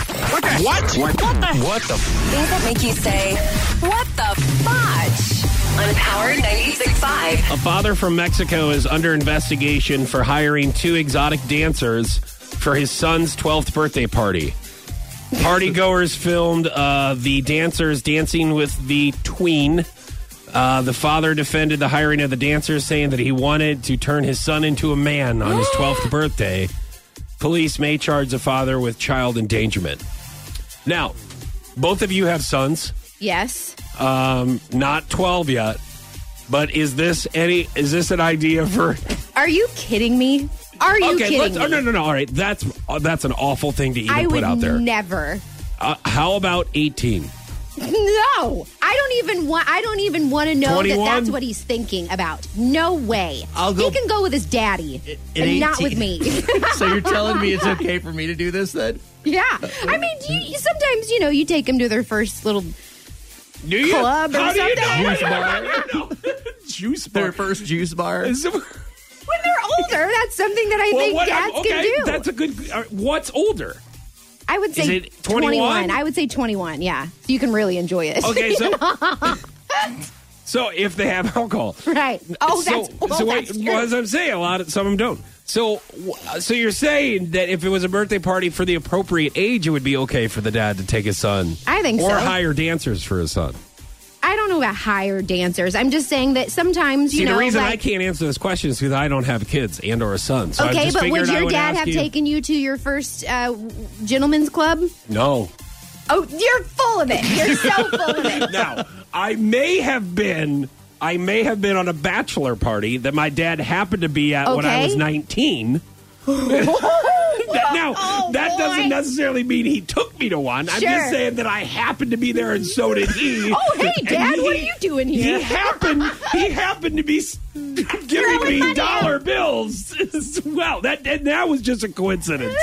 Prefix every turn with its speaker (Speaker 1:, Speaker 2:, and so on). Speaker 1: What? What? What the? What the?
Speaker 2: Things that make you say, what the fudge? On Power 96.5.
Speaker 1: A father from Mexico is under investigation for hiring two exotic dancers for his son's 12th birthday party. Partygoers filmed uh, the dancers dancing with the tween. Uh, the father defended the hiring of the dancers, saying that he wanted to turn his son into a man on his 12th birthday. Police may charge the father with child endangerment. Now, both of you have sons,
Speaker 3: Yes.
Speaker 1: um, not 12 yet, but is this any? Is this an idea for?
Speaker 3: Are you kidding me? Are you
Speaker 1: okay,
Speaker 3: kidding
Speaker 1: let's.
Speaker 3: me?
Speaker 1: Oh, no, no, no. All right, that's uh, that's an awful thing to even
Speaker 3: I
Speaker 1: put
Speaker 3: would
Speaker 1: out there.
Speaker 3: never.
Speaker 1: uh, how about 18?
Speaker 3: No, I don't even want. I don't even want to know
Speaker 1: 21?
Speaker 3: that that's what he's thinking about. No way.
Speaker 4: I'll go-
Speaker 3: He can go with his daddy,
Speaker 4: at
Speaker 3: and not
Speaker 4: 18.
Speaker 3: with me.
Speaker 4: So you're telling me it's okay for me to do this then?
Speaker 3: yeah, I mean, you, you- sometimes you know you take him to their first little
Speaker 1: Do you?
Speaker 3: Club or
Speaker 1: how do you
Speaker 3: something?
Speaker 1: know?
Speaker 4: Juice bar.
Speaker 1: Juice bar.
Speaker 4: Their first juice bar.
Speaker 1: Is-
Speaker 3: when they're older. That's something that I
Speaker 1: Well,
Speaker 3: think
Speaker 1: what-
Speaker 3: dads
Speaker 1: okay,
Speaker 3: can do.
Speaker 1: that's a good. Uh, what's older?
Speaker 3: I would say
Speaker 1: Is it 21?
Speaker 3: I would say 21. Yeah, so you can really enjoy it.
Speaker 1: Okay, so so if they have alcohol,
Speaker 3: right. Oh,
Speaker 1: so,
Speaker 3: that's well,
Speaker 1: so what,
Speaker 3: that's true.
Speaker 1: well, as I'm saying, a lot of some of them don't. So, wh- so you're saying that if it was a birthday party for the appropriate age, it would be okay for the dad to take his son.
Speaker 3: I think
Speaker 1: or
Speaker 3: so.
Speaker 1: hire dancers for his son.
Speaker 3: I don't know about higher dancers. I'm just saying that sometimes
Speaker 1: See,
Speaker 3: you know.
Speaker 1: the reason
Speaker 3: like,
Speaker 1: I can't answer this question is because I don't have kids and or a son. So I
Speaker 3: okay,
Speaker 1: just
Speaker 3: but would
Speaker 1: figured I
Speaker 3: your
Speaker 1: would
Speaker 3: dad
Speaker 1: ask
Speaker 3: have
Speaker 1: you-
Speaker 3: taken you to your first uh, gentleman's club?
Speaker 1: No,
Speaker 3: Oh, you're full of it. You're so full of it.
Speaker 1: now I may have been I may have been on a bachelor party that my dad happened to be at when I
Speaker 3: Okay.
Speaker 1: was 19. That- now
Speaker 3: Oh,
Speaker 1: that
Speaker 3: boy.
Speaker 1: doesn't necessarily mean he took me to one. I'm just
Speaker 3: Sure.
Speaker 1: saying that I happened to be there and so did he.
Speaker 3: Oh, hey,
Speaker 1: And
Speaker 3: Dad,
Speaker 1: he-
Speaker 3: what are you doing here?
Speaker 1: He happened he happened to be s- giving
Speaker 3: Throwing
Speaker 1: me
Speaker 3: money
Speaker 1: dollar bills as well. That and that was just a coincidence.